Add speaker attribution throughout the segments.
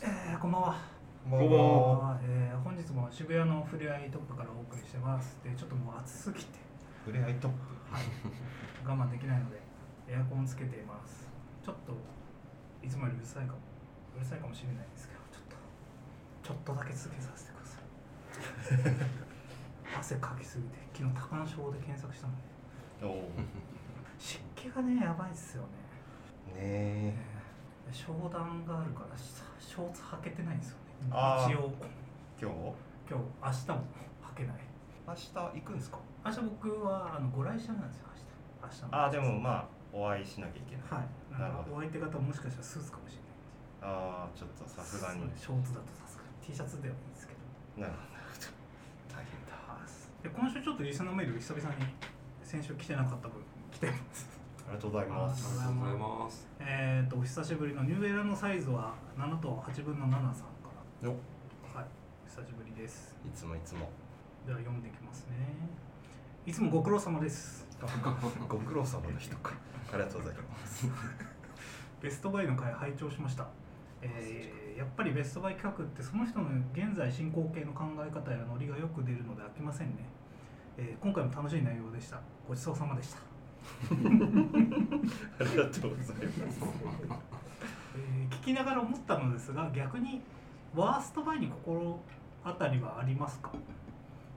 Speaker 1: ばんは。
Speaker 2: こ
Speaker 3: んばんは
Speaker 1: は。えー、本日も渋谷のふれあいトップからお送りしてます。で、ちょっともう暑すぎて、
Speaker 3: ふれあいトップ
Speaker 1: はい、我慢できないので、エアコンつけています。ちょっと、いつもよりうるさいかも、うるさいかもしれないですけど、ちょっと、ちょっとだけ続けさせてください。汗かきすぎて、昨日高野症で検索したので、
Speaker 2: おお
Speaker 1: 湿気がね、やばいですよ
Speaker 3: ね
Speaker 1: ね。えー商談があるからシショーツ履けてないんですよね
Speaker 2: あー
Speaker 1: 一応
Speaker 2: 今日
Speaker 1: 今日明日も履けない
Speaker 3: 明日行くんですか
Speaker 1: 明日僕はあのご来社なんですよ明日明日の
Speaker 2: ああでもまあお会いしなきゃいけない
Speaker 1: はいな
Speaker 2: なんる
Speaker 1: か
Speaker 2: ほど
Speaker 1: お相手方もしかしたらスーツかもしれない
Speaker 2: ああちょっとさすがに
Speaker 1: ショーツだとさすがに T シャツではいいんですけど
Speaker 2: なるほど大変だ
Speaker 1: で今週ちょっとリスナーメール久々に先週来てなかった分来て ます
Speaker 2: ありがとうございま
Speaker 1: あり
Speaker 2: す
Speaker 1: がとうござい
Speaker 4: ます。
Speaker 1: えっとお久しぶりのニューエラのサイズは7と8分の7さんか
Speaker 2: よっ
Speaker 1: らはい久しぶりです
Speaker 2: いつもいつも
Speaker 1: では読んでいきますねいつも ご苦労様です
Speaker 2: ご苦労様の人 かありがとうございます
Speaker 1: ベストバイの回拝聴しました、えーやっぱりベストバイ企画ってその人の現在進行形の考え方やノリがよく出るので飽きませんね、えー今回も楽しい内容でしたごちそうさまでした、
Speaker 2: ありがとうございます
Speaker 1: えー聞きながら思ったのですが逆にワーストバイに心当たりはありますか、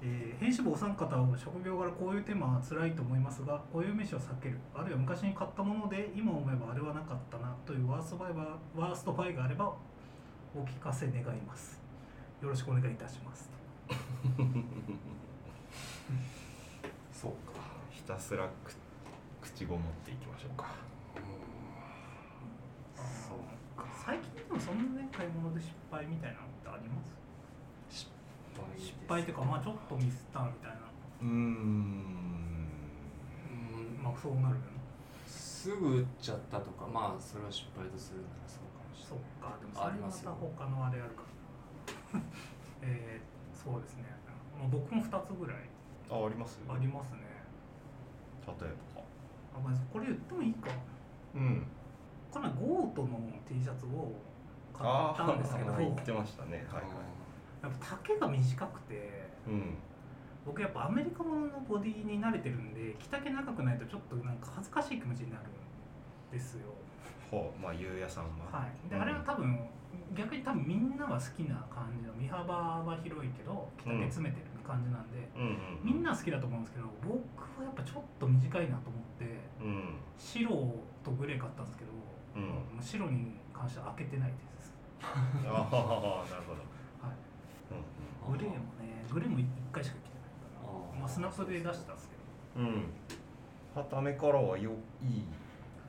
Speaker 1: えー編集部お三方は職業柄こういうテーマは辛いと思いますがこういう飯を避けるあるいは昔に買ったもので今思えばあれはなかったなというワーストバイはワーストバイがあればお聞かせ願いますよろしくお願いいたします
Speaker 4: そうか。
Speaker 2: ひたすらく口ごもっていきましょうか
Speaker 1: そう最近でもそんなね買い物で失敗みたいなのってあります失敗というかまあちょっとミスったみたいな
Speaker 2: うーん
Speaker 4: うん、
Speaker 1: まあそうなるよね
Speaker 4: すぐ打っちゃったとか、まあそれは失敗とするならそうかもし
Speaker 1: そっ
Speaker 4: れない。
Speaker 1: か、でもそれ
Speaker 4: あります
Speaker 1: ま
Speaker 4: よ
Speaker 1: た他のあれあるか。 えー、そうですね。まあ、僕も2つぐらい
Speaker 2: ああります
Speaker 1: ありますね。
Speaker 2: 例えば
Speaker 1: あまあ、これ言ってもいいか。
Speaker 2: うん
Speaker 1: この前ゴートの T シャツを買
Speaker 2: あ
Speaker 1: った
Speaker 2: あ
Speaker 1: んですけど、
Speaker 2: 言って
Speaker 1: や
Speaker 2: ましたねはいはい
Speaker 1: っぱ丈が短くて、
Speaker 2: うん
Speaker 1: 僕やっぱアメリカもののボディに慣れてるんで、着丈長くないとちょっとなんか恥ずかしい気持ちになるんですよ。
Speaker 2: ほうまあゆうやさんは
Speaker 1: はい、であれは多分逆に多分みんなが好きな感じの身幅は広いけど着丈詰めてる感じなんで、
Speaker 2: うんうん
Speaker 1: みんな好きだと思うんですけど僕はやっぱちょっと短いなと思って
Speaker 2: うん
Speaker 1: 白とグレー買ったんですけど、
Speaker 2: うん
Speaker 1: もう白に関しては開けてないです、
Speaker 2: ああなるほど
Speaker 1: はい、
Speaker 2: う
Speaker 1: グレーもねグレーも1回しか着てないから
Speaker 4: あー
Speaker 1: まあ、スナップで出したんですけど
Speaker 2: んうんはためからはよいい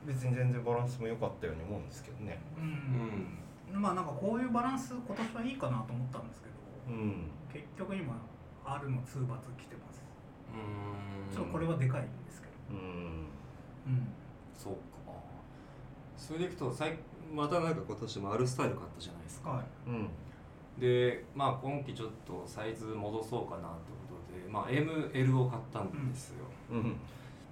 Speaker 2: 別に全然バランスも良かったように思うんですけどね
Speaker 1: う、
Speaker 4: うんん。
Speaker 1: まあなんかこういうバランス今年はいいかなと思ったんですけど、
Speaker 2: うん
Speaker 1: 結局今 R のツーバツ着てます
Speaker 4: うん。
Speaker 1: ちょっとこれはでかいんですけど
Speaker 2: うん
Speaker 1: うん
Speaker 4: そうか。それでいくと、さいまたなんか今年もアルスタイル買ったじゃないですか。
Speaker 1: はい
Speaker 2: うん
Speaker 4: で、まあ今季ちょっとサイズ戻そうかなってことで、まあ ML を買ったんですよ。
Speaker 2: うん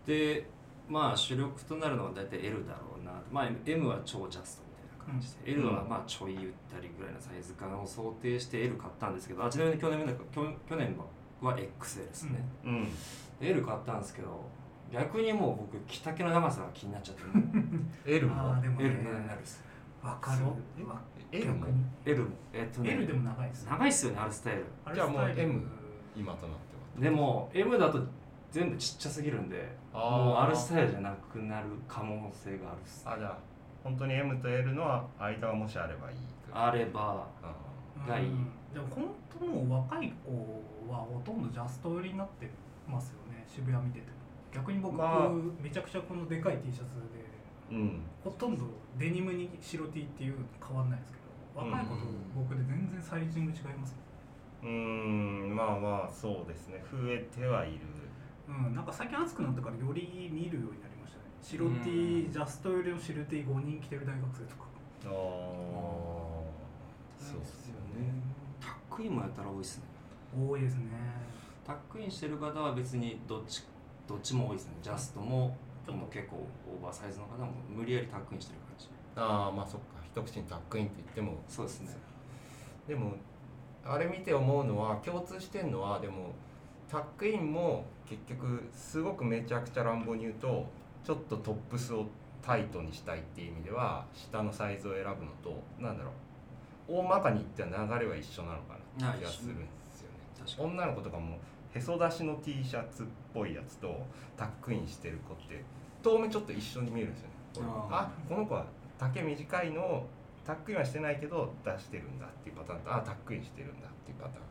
Speaker 4: でまあ主力となるのは大体 L だろうなまあ M は超ジャストみたいな感じで、
Speaker 2: うん
Speaker 4: L はまあちょい打ったりぐらいのサイズ感を想定して L 買ったんですけどあちなみに去年なんか去去年は XL ですね、
Speaker 2: うん
Speaker 4: で L 買ったんですけど逆にもう僕着丈の長さが気になっちゃってもう
Speaker 2: L
Speaker 1: あー
Speaker 2: も
Speaker 1: でも
Speaker 4: L
Speaker 1: ね
Speaker 4: になるっす
Speaker 1: わかる
Speaker 2: え
Speaker 1: わ
Speaker 2: L も
Speaker 1: 逆に
Speaker 4: L もえっとね
Speaker 1: L でも長いです
Speaker 4: 長いっすよねあるスタイル
Speaker 1: あれ
Speaker 2: じゃあもう
Speaker 1: スタイル
Speaker 2: M 今となっては
Speaker 4: でも M だと全部ちっちゃすぎるんで
Speaker 2: あー
Speaker 4: もうあるスタイルじゃなくなる可能性があるっす
Speaker 2: あじゃあ本当に M と L の間がもしあればいいくらい
Speaker 4: あれば
Speaker 2: あ
Speaker 4: がいい
Speaker 1: うんでも本当もう若い子はほとんどジャスト寄りになってますよね渋谷見てても逆に僕、
Speaker 2: まあ
Speaker 1: めちゃくちゃこのでかい T シャツで
Speaker 2: ーうん
Speaker 1: ほとんどデニムに白 T っていうの変わんないですけど若い子と僕で全然サイジング違います
Speaker 2: うーんまあまあそうですね増えてはいる
Speaker 1: うん、なんか最近暑くなったからより見るようになりましたね白 T、
Speaker 4: うん
Speaker 1: ジャスト寄りの白 T5 人着てる大学生とか
Speaker 2: ああそうですよね
Speaker 4: タックインもやったら多いですね
Speaker 1: 多いですね
Speaker 4: タックインしてる方は別にどっちどっちも多いですねジャストも
Speaker 1: ちょっと
Speaker 4: 結構オーバーサイズの方も無理やりタックインしてる感じ
Speaker 2: ああまあそっか一口にタックインって言っても
Speaker 4: そうですね
Speaker 2: でもあれ見て思うのは共通してんのはでもタックインも結局すごくめちゃくちゃ乱暴に言うとちょっとトップスをタイトにしたいっていう意味では下のサイズを選ぶのとなんだろう大まかに言っては流れは一緒なのかなって気がするんですよね。
Speaker 4: 確かに
Speaker 2: 女の子とかもへそ出しの T シャツっぽいやつとタックインしてる子って遠目ちょっと一緒に見えるんですよねこれあ
Speaker 4: あ
Speaker 2: この子は丈短いのをタックインはしてないけど出してるんだっていうパターンとあタックインしてるんだっていうパターン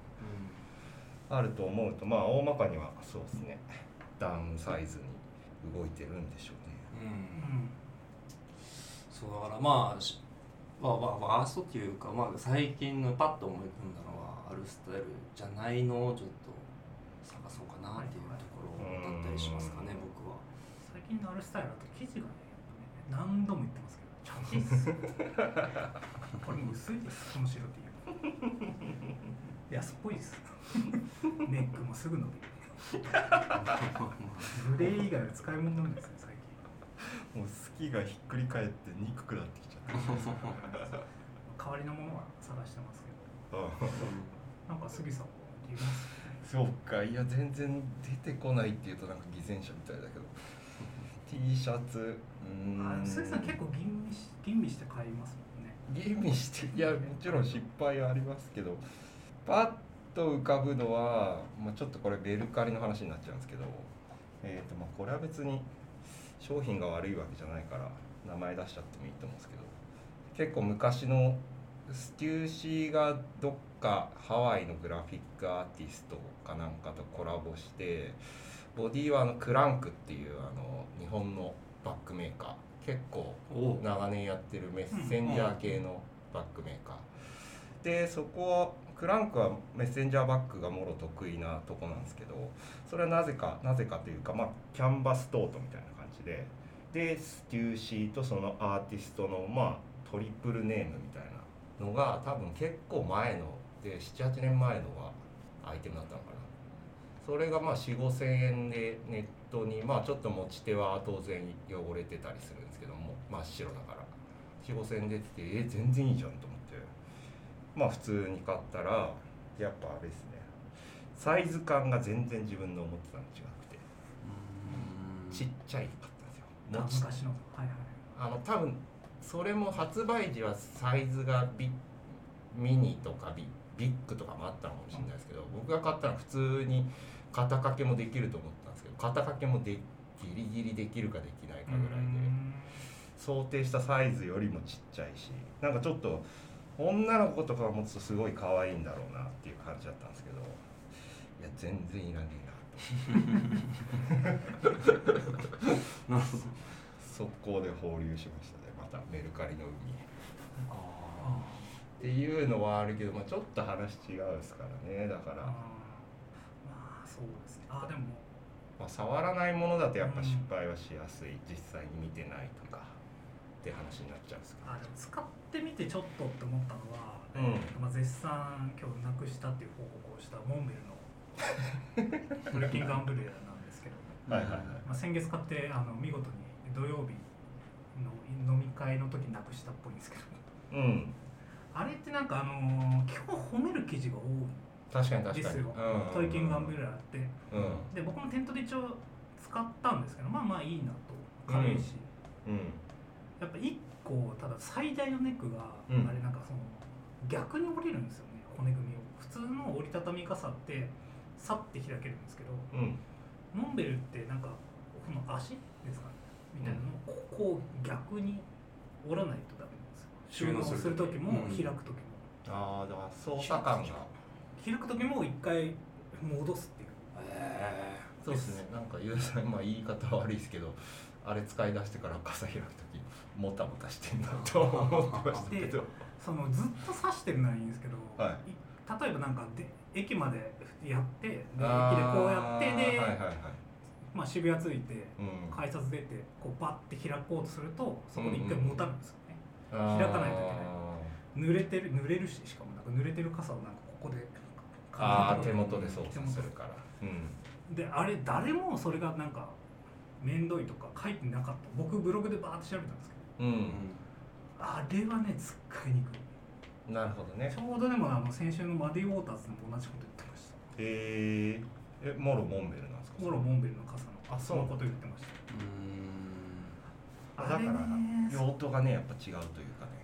Speaker 2: あると思うとまあ大まかにはそうですねダウンサイズに動いてるんでしょうね
Speaker 4: うん、
Speaker 1: う
Speaker 4: うん
Speaker 1: ん
Speaker 4: そうだからまあしまあまあワーストっていうか、まあ、最近のパッと思い浮かんだのはあるスタイルじゃないのをちょっと探そうかなっていうところだったりしますかね
Speaker 2: うん
Speaker 4: 僕は
Speaker 1: 最近のあるスタイルだと生地がねやっぱね何度も言ってますけどちゃんと薄いっすこれもう薄いですこの白 T 安っぽいですネックもすぐ伸びるグレー以外は使い物になるんですよ最近
Speaker 3: もう好きがひっくり返って憎くなってきちゃっ
Speaker 1: 代わりのものは探してますけど
Speaker 3: た うん
Speaker 1: なんか杉さんはあります
Speaker 2: そうかいや全然出てこないっていうとなんか偽善者みたいだけど T シャツうー
Speaker 1: あ
Speaker 2: ん
Speaker 1: 杉さん結構吟味し吟味して買いますもんね
Speaker 2: 吟味していやもちろん失敗はありますけどパッと浮かぶのは、まあ、ちょっとこれベルカリの話になっちゃうんですけど、えーとまあ、これは別に商品が悪いわけじゃないから名前出しちゃってもいいと思うんですけど結構昔のステューシーがどっかハワイのグラフィックアーティストかなんかとコラボしてボディはあのクランクっていうあの日本のバッグメーカー結構
Speaker 4: おお
Speaker 2: 長年やってるメッセンジャー系のバッグメーカーでそこはクランクはメッセンジャーバッグがもろ得意なとこなんですけどそれはなぜかなぜかというかまあキャンバストートみたいな感じででステューシーとそのアーティストのまあトリプルネームみたいなのが多分結構前ので78年前のがアイテムだったのかなそれがまあ4 5千円でネットにまあちょっと持ち手は当然汚れてたりするんですけども真っ白だから4 5千円で出ててえ全然いいじゃんと思ってまあ普通に買ったらやっぱあれですねサイズ感が全然自分の思ってたのと違くてちっちゃいかった
Speaker 1: あ
Speaker 2: んですよ持ち
Speaker 1: 昔のはいはい
Speaker 2: あの多分それも発売時はサイズがビミニとかビビッグとかもあったのかもしれないですけど僕が買ったのは普通に肩掛けもできると思ったんですけど肩掛けもでギリギリできるかできないかぐらいで想定したサイズよりもちっちゃいしなんかちょっと女の子とかが持つとすごい可愛いんだろうなっていう感じだったんですけどいや全然いらねえなと
Speaker 4: なるほど
Speaker 2: 速攻で放流しましたねまたメルカリの海に。
Speaker 4: あ
Speaker 1: あ
Speaker 2: っていうのはあるけど、まあ、ちょっと話違うですからねだ
Speaker 1: あ
Speaker 2: から、ま
Speaker 1: まあそうですねあでも
Speaker 2: あ、触らないものだとやっぱ失敗はしやすい実際に見てないとかって話になっちゃうんです
Speaker 1: あでも使ってみてちょっとって思ったのは、
Speaker 2: けど、うん、
Speaker 1: まあ、絶賛今日なくしたっていう報告をしたモンベルのブレッキングアンブレラなんですけど、
Speaker 2: は
Speaker 4: ー
Speaker 2: いはいはい
Speaker 1: まあ、先月買ってあの見事に土曜日の飲み会の時なくしたっぽいんですけど
Speaker 2: うん、
Speaker 1: あれってなんかあのー基本褒める記事が多
Speaker 2: 確かに
Speaker 1: いで
Speaker 2: 確か
Speaker 1: す
Speaker 2: に
Speaker 1: よ、トイキングアンブレラって
Speaker 2: うんうん
Speaker 1: で僕もテントで一応使ったんですけどまあまあいいなと軽いし、やっぱ1個ただ最大のネックが、
Speaker 2: うん
Speaker 1: あれなんかその逆に折れるんですよね骨組みを普通の折りたたみ傘ってさって開けるんですけど
Speaker 2: うんうん
Speaker 1: モンベルってなんかこの足ですかねみたいなのをここを逆に折らないとダメなんですよ収
Speaker 4: 収納
Speaker 1: 納
Speaker 4: する
Speaker 1: する時も
Speaker 4: うん
Speaker 1: 開く時も、
Speaker 2: ああだから操作感が
Speaker 1: 開く時も一回戻すっていう
Speaker 4: え
Speaker 2: そうですねなんかゆうさん、まあ、言い方悪いですけどあれ使い出してから傘開く時もたもたしてんだと思ってましたけど
Speaker 1: そのずっと刺してるのはいいんですけど、
Speaker 2: はい
Speaker 1: 例えばなんかで駅までやってで駅でこうや
Speaker 2: あ
Speaker 1: っ
Speaker 2: ー
Speaker 1: てで、
Speaker 2: はいはいはい
Speaker 1: まあ、渋谷着いて
Speaker 2: うん
Speaker 1: 改札出てこうバッて開こうとするとそこで一回持たるんですよね、開かないといけない
Speaker 2: あー
Speaker 1: 濡れてる濡れるししかもなんか濡れてる傘をなんかここで
Speaker 2: あ
Speaker 1: 感
Speaker 2: ー
Speaker 1: じ
Speaker 2: 手
Speaker 1: るとこ
Speaker 2: 元で操作するから、
Speaker 1: であれ誰もそれがなんか面倒いとか書いてなかった僕ブログでバーって調べたんですけど
Speaker 2: うん、う
Speaker 4: え
Speaker 2: ん
Speaker 4: うん
Speaker 1: あれはね使いにくい
Speaker 2: なるほどね
Speaker 1: ちょうどでもあの先週のマディ・ウォーターズでも同じこと言ってました
Speaker 2: えー、えモロモンベルなんですか
Speaker 1: モロ・モンベルの傘の
Speaker 2: あ
Speaker 1: そのこと言ってまし
Speaker 4: う
Speaker 1: た
Speaker 2: あだから
Speaker 1: あれね
Speaker 2: 用途がねやっぱ違うというかね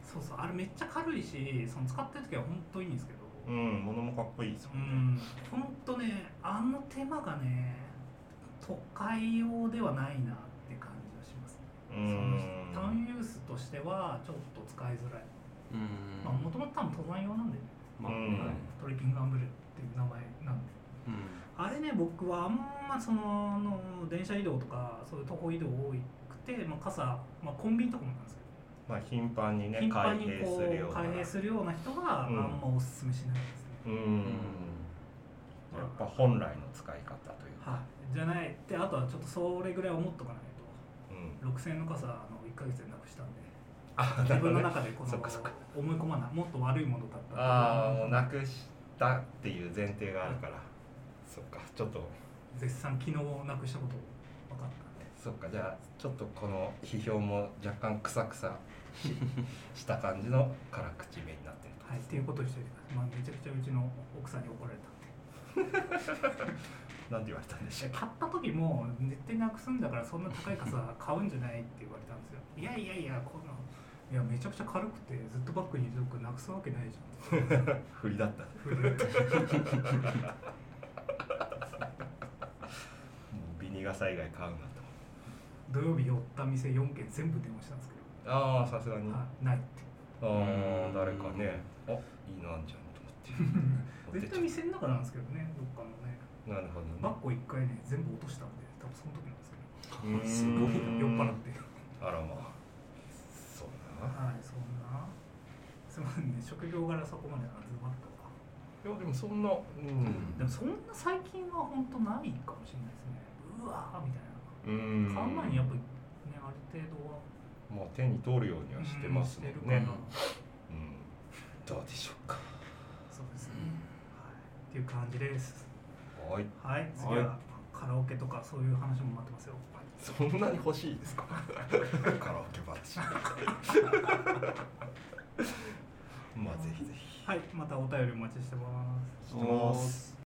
Speaker 1: そうそうあれめっちゃ軽いしその使ってる時は本当いいんですけど
Speaker 2: うんものもかっこいいです
Speaker 1: う
Speaker 2: もん
Speaker 1: ん
Speaker 2: ね
Speaker 1: 本当ねあの手間がね都会用ではないなって感じがします
Speaker 2: う
Speaker 1: そ
Speaker 2: ん
Speaker 1: のタウンユースとしてはちょっと使いづらい
Speaker 4: ーんう
Speaker 1: まあもともと多分登山用なんでね
Speaker 4: まあ
Speaker 2: う
Speaker 4: はい
Speaker 2: ん
Speaker 1: トリッピングアンブレっていう名前なんで
Speaker 4: うん
Speaker 1: あれね僕はあんまそのあの電車移動とかそういう徒歩移動多くて、まあ、傘、まあ、コンビニとかもなんですけど
Speaker 2: まあ頻繁にね
Speaker 1: 頻
Speaker 2: 開
Speaker 1: 繁に
Speaker 2: 閉
Speaker 1: こ
Speaker 2: するよう
Speaker 1: う
Speaker 2: な
Speaker 1: 開閉するような人はあ
Speaker 2: うん
Speaker 1: んまおすすめしないですね、
Speaker 2: うんやっぱ本来の使い方というか、
Speaker 1: はい、じゃないってあとはちょっとそれぐらい思っとかない
Speaker 2: うん、
Speaker 1: と6000円の傘あの1か月でなくしたんで
Speaker 2: あ
Speaker 1: 自分の中でこ
Speaker 2: そ
Speaker 1: の
Speaker 2: っかそっか
Speaker 1: 思い込まないもっと悪いものだった
Speaker 2: ああもうな
Speaker 1: な
Speaker 2: くしたっていう前提があるからそっかちょっと
Speaker 1: 絶賛昨日なくしたこと分かったんで
Speaker 2: そっかじゃあちょっとこの批評も若干クサクサしした感じの辛口目になってると
Speaker 1: はい、っていうことをしておいてください、まあ、めちゃくちゃうちの奥さんに怒られたんで
Speaker 2: なんて言われたんでしょう
Speaker 1: 買った時も絶対なくすんだからそんな高い傘買うんじゃないって言われたんですよいやいやいやこんないやめちゃくちゃ軽くてずっとバッグに入れとくなくすわけないじゃん
Speaker 3: 振りだった
Speaker 2: もうビニガサ以外買うなと
Speaker 1: 土曜日寄った店4軒全部電話したんですけ
Speaker 2: ああさすが
Speaker 1: ど、
Speaker 2: に
Speaker 1: は
Speaker 2: あ
Speaker 1: い、ないって
Speaker 2: あ誰かねあいいのあんじゃんと思 って持って
Speaker 1: 絶
Speaker 2: っち
Speaker 1: 対
Speaker 2: ゃ
Speaker 1: 店の
Speaker 2: っ
Speaker 1: 中なんですけどねどっかのね
Speaker 2: たなるほ
Speaker 1: バ
Speaker 2: ど
Speaker 1: ッグを1回ね全部落としたんで多分その時なんですけど
Speaker 2: ねうーん
Speaker 4: すごい
Speaker 1: 酔っ払って
Speaker 2: あらまあそうだな
Speaker 1: はいそんなすみませんね職業柄そこまでなんズバッとか
Speaker 2: いやでもそんなうん
Speaker 1: でもそんな最近は本当ないかもしれないですねうわーみたいな
Speaker 2: うん
Speaker 1: 買う前にやっぱりねある程度は
Speaker 2: まあ手に取るようにはしてますもん
Speaker 1: うんしてるか
Speaker 2: ね
Speaker 1: な
Speaker 2: うんどうでしょうか
Speaker 1: そうですね、はい、っていう感じです
Speaker 2: はい
Speaker 1: はい次は、カラオケとかそういう話も待ってますよ
Speaker 2: そんなに欲しいですか
Speaker 3: カラオケ 話まあぜひぜひ
Speaker 1: はいまたお便りお待ちしてます
Speaker 3: してます